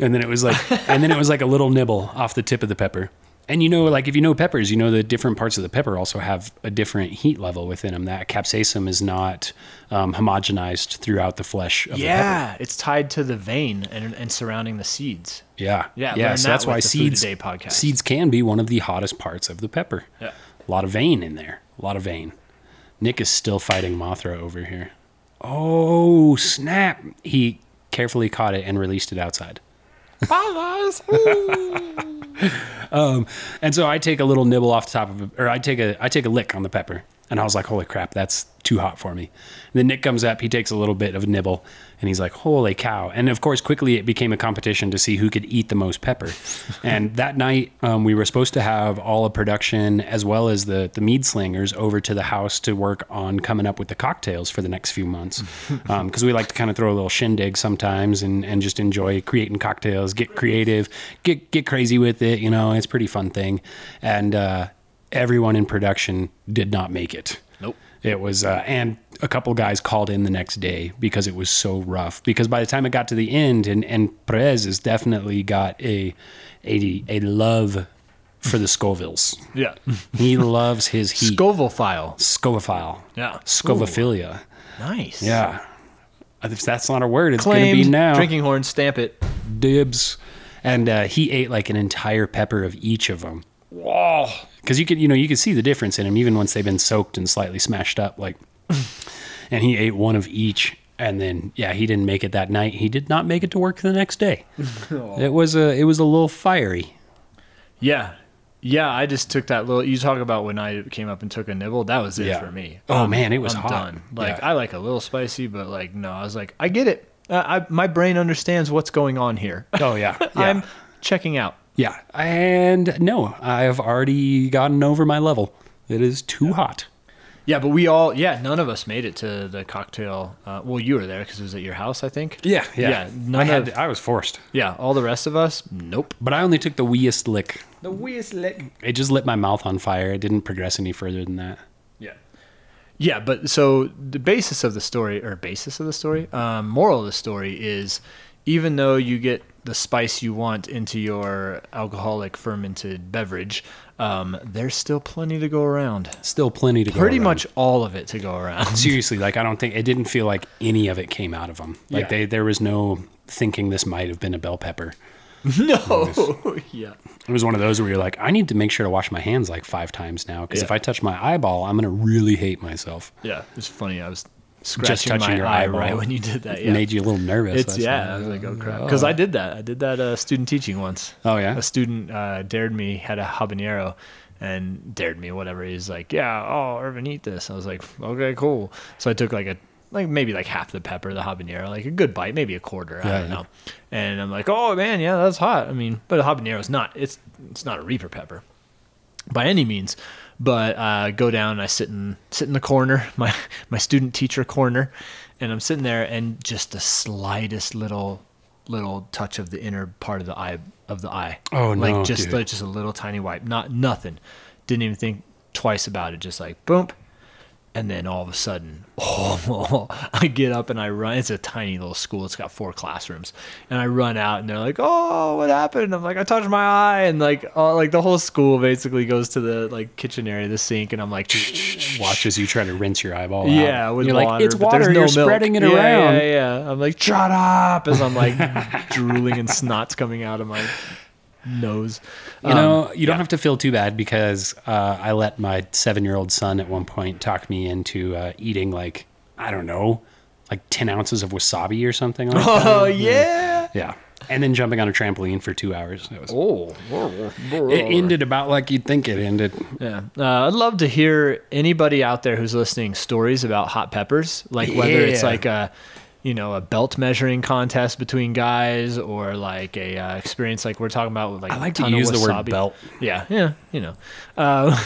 And then it was like, and then it was like a little nibble off the tip of the pepper. And you know, like if you know peppers, you know the different parts of the pepper also have a different heat level within them. That capsaicin is not um, homogenized throughout the flesh of the pepper.
Yeah. It's tied to the vein and and surrounding the seeds.
Yeah.
Yeah,
Yeah.
learn
So
that
that's
with
why
the Food
seeds,
Today podcast.
seeds can be one of the hottest parts of the pepper.
Yeah.
A lot of vein in there. A lot of vein. Nick is still fighting Mothra over here. Oh, snap. He carefully caught it and released it outside. And so I take a little nibble off the top of it, or I take a I take a lick on the pepper, and I was like, "Holy crap, that's too hot for me." And then Nick comes up, he takes a little bit of a nibble, and he's like, "Holy cow!" And of course, quickly it became a competition to see who could eat the most pepper. and that night, um, we were supposed to have all of production as well as the the mead slingers over to the house to work on coming up with the cocktails for the next few months, because we like to kind of throw a little shindig sometimes and and just enjoy creating cocktails, get creative, get get crazy with it. You know, it's a pretty fun thing. And uh, everyone in production did not make it.
Nope.
It was, uh, and a couple guys called in the next day because it was so rough. Because by the time it got to the end, and and Perez has definitely got a a a love for the Scovilles.
Yeah.
he loves his heat.
Scoville file.
Scovophile.
Yeah.
Scovophilia.
Nice.
Yeah. If that's not a word, it's going
Claimed
to be now
drinking horn. Stamp it.
dibs, and uh, he ate like an entire pepper of each of them. Wow! Because you could, you know, you could see the difference in him even once they've been soaked and slightly smashed up. Like, and he ate one of each, and then yeah, he didn't make it that night. He did not make it to work the next day.
Oh.
it was a, it was a little fiery.
Yeah. Yeah, I just took that little. You talk about when I came up and took a nibble. That was it
Yeah.
for me.
Oh, man, it was
I'm
hot.
done. Like
Yeah.
I like a little spicy, but like no, I was like I get it. Uh, I my brain understands what's going on here.
Oh yeah, yeah.
I'm checking out.
yeah, and no, I've already gotten over my level. It is too hot.
Yeah, but we all yeah, none of us made it to the cocktail. Uh, well, you were there because it was at your house, I think.
Yeah, yeah.
Yeah, none
I had,
of-
I was forced,
Yeah, all the rest of us, nope.
but I only took the weeest lick.
The weirdest lick.
It just lit my mouth on fire. It didn't progress any further than that.
Yeah. Yeah, but so the basis of the story, or basis of the story, um, moral of the story is even though you get the spice you want into your alcoholic fermented beverage, um, there's still plenty to go around.
Still plenty to go.
Pretty
around.
much all of it to go around.
Seriously, like I don't think it didn't feel like any of it came out of them. Like
Yeah.
they, there was no thinking this might have been a bell pepper.
no. yeah.
It was one of those where you're like, I need to make sure to wash my hands like five times now because if
Yeah.
I touch my eyeball, I'm gonna really hate myself.
Yeah. It's funny. I was scratching
touching
my
your
eye
eyeball
right when you did that.
It
Yeah.
made you a little nervous.
It's
that's
yeah.
why.
I was like, oh crap, because I did that. I did that uh, student teaching once.
Oh, yeah?
a student uh, dared me had a habanero, and dared me whatever. He's like, yeah, oh Irvin, eat this. I was like, okay, cool. So I took like a like maybe like half the pepper, the habanero, like a good bite, maybe a quarter. I
Yeah,
don't
yeah.
know. And I'm like, oh man, yeah, that's hot. I mean, but a habanero is not. It's it's not a reaper pepper. by any means. But uh, go down and I sit in sit in the corner, my my student teacher corner, and I'm sitting there and just the slightest little little touch of the inner part of the eye of the eye.
Oh,
like
no,
just
dude.
like just a little tiny wipe, not nothing. Didn't even think twice about it. Just like boom, and then all of a sudden, oh, I get up and I run. It's a tiny little school. It's got four classrooms, and I run out, and they're like, "Oh, what happened?" I'm like, "I touched my eye," and like, all, like the whole school basically goes to the like kitchen area, the sink, and I'm like,
Watches you try to rinse your eyeball out.
"Yeah," with
you're
water.
like, it's
but there's
water.
no
you're
milk."
spreading it
Yeah,
around.
Yeah, yeah. I'm like, "Shut up!" As I'm like drooling and snots coming out of my nose.
You know, you don't have to feel too bad because uh, I let my seven year old son at one point talk me into uh, eating like I don't know, like ten ounces of wasabi or something. Like that.
Oh yeah.
Yeah, and then jumping on a trampoline for two hours. It was.
Oh.
It ended about like you'd think it ended.
Yeah. Uh, I'd love to hear anybody out there who's listening stories about hot peppers, like whether it's
Yeah.
like a, you know, a belt measuring contest between guys or like a uh, experience like we're talking about with like
I like
a
to
ton of
use the word
wasabi.
belt.
Yeah, yeah, you know, uh,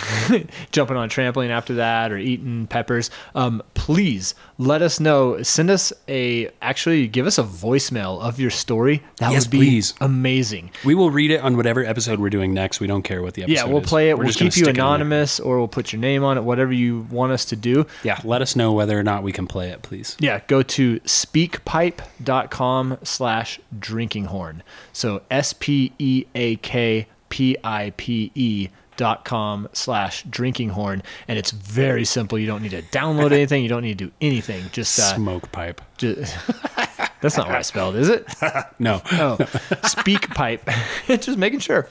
jumping on a trampoline after that or eating peppers. Um, please let us know. Send us a actually give us a voicemail of your story. That
Yes,
would be
please.
amazing.
We will read it on whatever episode we're doing next. We don't care what the episode
Yeah, we'll
is.
play it.
We're
we'll
just gonna
keep you
stick it on there.
anonymous, or we'll put your name on it, whatever you want us to do.
Yeah, let us know whether or not we can play it, please.
Yeah, go to speakpipe.com slash drinking horn. So S P E A K P I P E dot com slash drinking horn. And it's very simple. You don't need to download anything. You don't need to do anything. Just, uh,
Smoke pipe.
ju- that's not what I spelled, is it?
No.
Oh, speak pipe. just making sure.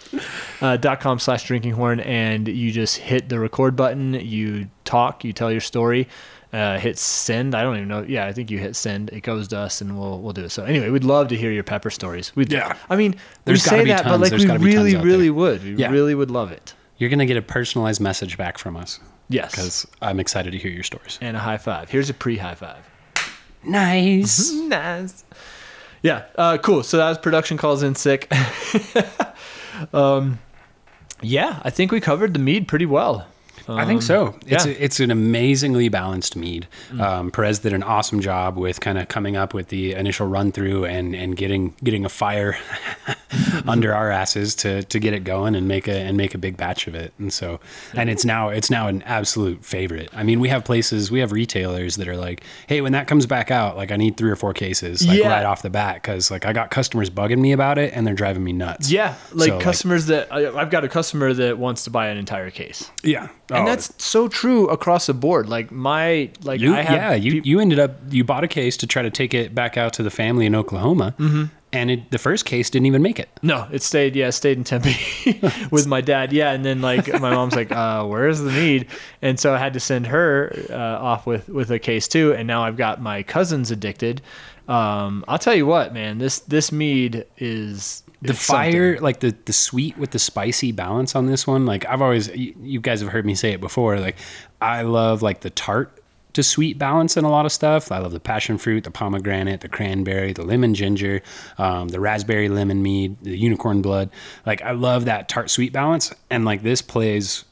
Uh, dot com slash drinking horn. And you just hit the record button. You talk, you tell your story. Uh, hit send. I don't even know. Yeah, I think you hit send. It goes to us, and we'll we'll do it. So anyway, we'd love to hear your pepper stories. We'd,
Yeah.
I mean,
There's
we
gotta
say
be
that, but
tons.
like
There's gotta
we
be tons
really,
out there.
really would. We
Yeah.
really would love it.
You're going to get a personalized message back from us
Yes.
because I'm excited to hear your stories.
and a high five. Here's a pre high five. Mm-hmm.
Nice.
nice. Yeah, uh, cool. So that was production calls in sick. um, yeah, I think we covered the mead pretty well.
I think so. It's
Um, yeah.
a, it's an amazingly balanced mead. Um, Perez did an awesome job with kind of coming up with the initial run through and and getting getting a fire under our asses to to get it going and make a and make a big batch of it. And so and it's now it's now an absolute favorite. I mean, we have places, we have retailers that are like, "Hey, when that comes back out, like I need 3 or 4 cases like
Yeah.
right off the bat cuz like I got customers bugging me about it and they're driving me nuts."
Yeah, like
So,
customers that I, I've got a customer that wants to buy an entire case,
Yeah.
and
Oh,
that's so true across the board. Like my like
You,
I have
yeah, you,
peop-
you ended up you bought a case to try to take it back out to the family in Oklahoma,
Mm-hmm.
and it, the first case didn't even make it.
no, it stayed. Yeah, it stayed in Tempe with my dad. Yeah, and then like my mom's like, uh, "Where's the mead?" And so I had to send her uh, off with with a case too. And now I've got my cousins addicted. Um, I'll tell you what, man this this mead is
The
it's something.
fire, like the the sweet with the spicy balance on this one, like I've always you, you guys have heard me say it before. Like I love like the tart to sweet balance in a lot of stuff. I love the passion fruit, the pomegranate, the cranberry, the lemon ginger, um, the raspberry lemon mead, the unicorn blood. Like I love that tart sweet balance, and like this plays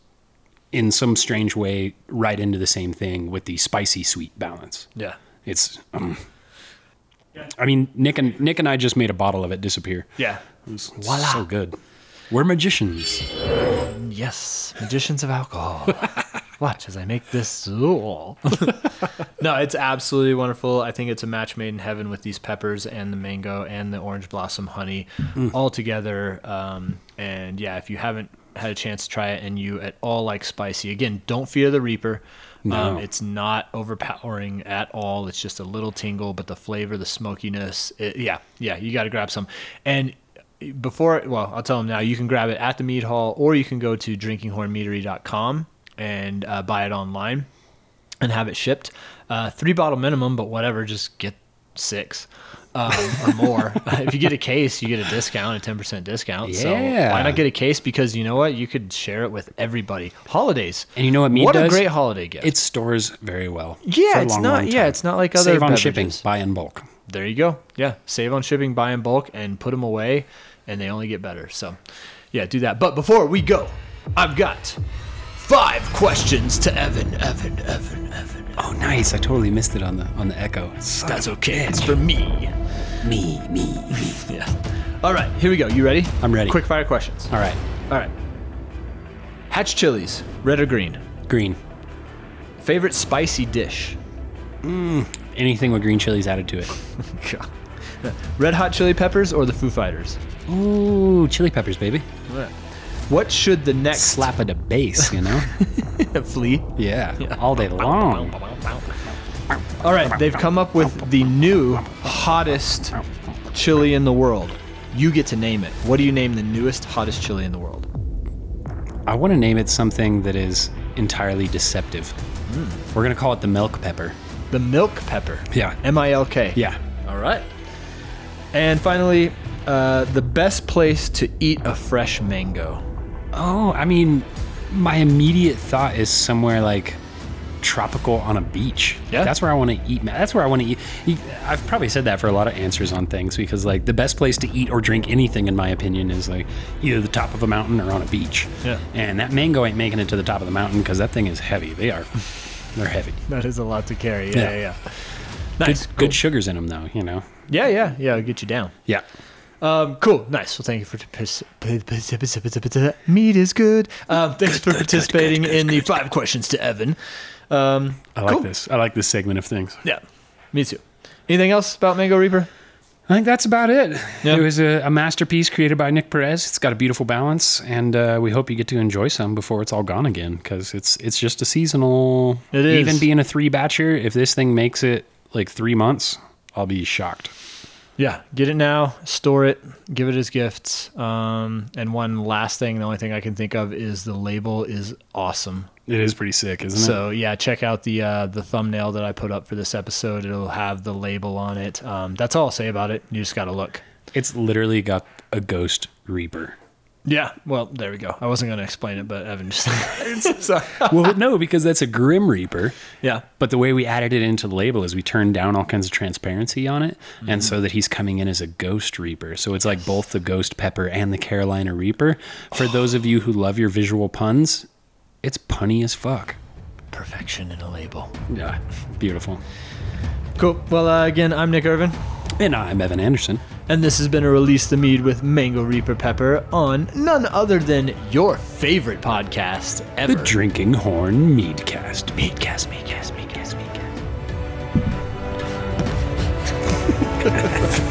in some strange way right into the same thing with the spicy sweet balance.
Yeah.
It's um, I mean Nick and Nick and I just made a bottle of it disappear.
Yeah.
It's so good. We're magicians.
Yes, magicians of alcohol. Watch as I make this zool. no, it's absolutely wonderful. I think it's a match made in heaven with these peppers and the mango and the orange blossom honey all together. Um, and yeah, if you haven't had a chance to try it and you at all like spicy, again, don't fear the reaper. Um, it's not overpowering at all. It's just a little tingle, but the flavor, the smokiness, it, yeah, yeah, you got to grab some. And before well i'll tell them now you can grab it at the mead hall or you can go to drinkinghornmeadery.com and uh, buy it online and have it shipped uh, three bottle minimum but whatever just get six um, or more if you get a case you get a discount a 10% discount so
Yeah.
why not get a case because you know what you could share it with everybody holidays
And you know what mead
what a
does?
great holiday gift
It stores very well.
Yeah,
for a
it's
long,
not-
long
yeah,
time.
it's not like other
Save on shipping,
beverages.
buy in bulk.
there you go. Yeah, save on shipping, buy in bulk, and put them away, and they only get better. So, yeah, do that. But before we go, I've got five questions to Evan, Evan, Evan, Evan.
Oh, nice! I totally missed it on the on the echo.
That's okay. It's for me.
Me, me.
Yeah. All right, here we go. You ready?
I'm ready.
Quick fire questions.
All right,
All right. Hatch chilies, red or green?
green.
Favorite spicy dish?
Anything with green chilies added to it.
God. Red Hot Chili Peppers or the Foo Fighters?
Ooh, chili peppers, baby.
What should the next
Slap it a base, you know?
flea?
yeah, all day long.
All right, they've come up with the new hottest chili in the world. You get to name it. What do you name the newest hottest chili in the world?
I want to name it something that is entirely deceptive.
Hmm.
We're gonna call it the milk pepper.
The milk pepper.
Yeah.
M I L K.
Yeah.
All right. And finally, uh, the best place to eat a fresh mango.
Oh, I mean, my immediate thought is somewhere like tropical on a beach.
Yeah.
That's where I want to eat. ma- That's where I want to eat. you- I've probably said that for a lot of answers on things because, like, the best place to eat or drink anything, in my opinion, is like either the top of a mountain or on a beach.
Yeah.
And that mango ain't making it to the top of the mountain because that thing is heavy. They are, they're heavy.
That is a lot to carry.
Yeah,
yeah.
Good,
Nice.
good sugars in them, though. You know.
Yeah, yeah, yeah. I'll get you down.
Yeah.
Um, cool. Nice. Well, thank you for meat is good. Um, thanks for participating in the five questions to Evan. Um,
I like
Cool.
this. I like this segment of things.
yeah, me too. Anything else about Mango Reaper?
I think that's about it.
Yeah.
It was a, a masterpiece created by Nick Perez. It's got a beautiful balance, and uh, we hope you get to enjoy some before it's all gone again because it's it's just a seasonal.
It
Even
is.
being a three batcher, if this thing makes it like three months, I'll be shocked.
Yeah, get it now, store it, give it as gifts. Um, and one last thing, the only thing I can think of is the label is awesome.
It is pretty sick, isn't it?
So yeah, check out the uh, the thumbnail that I put up for this episode. It'll have the label on it. Um, that's all I'll say about it. You just gotta look.
It's literally got a ghost reaper.
Yeah. Well, there we go. I wasn't gonna explain it, but Evan just sorry.
well, no, because that's a grim reaper.
Yeah.
But the way we added it into the label is we turned down all kinds of transparency on it, and so that he's coming in as a ghost reaper. So it's like both the ghost pepper and the Carolina reaper. For those of you who love your visual puns, it's punny as fuck.
Perfection in a label.
Yeah, beautiful.
Cool. Well, uh, again, I'm Nick Irvin,
And I'm Evan Anderson.
and this has been a release the mead with Mango Reaper Pepper on none other than your favorite podcast ever.
The Drinking Horn Meadcast.
Meadcast, Meadcast, Meadcast, Meadcast.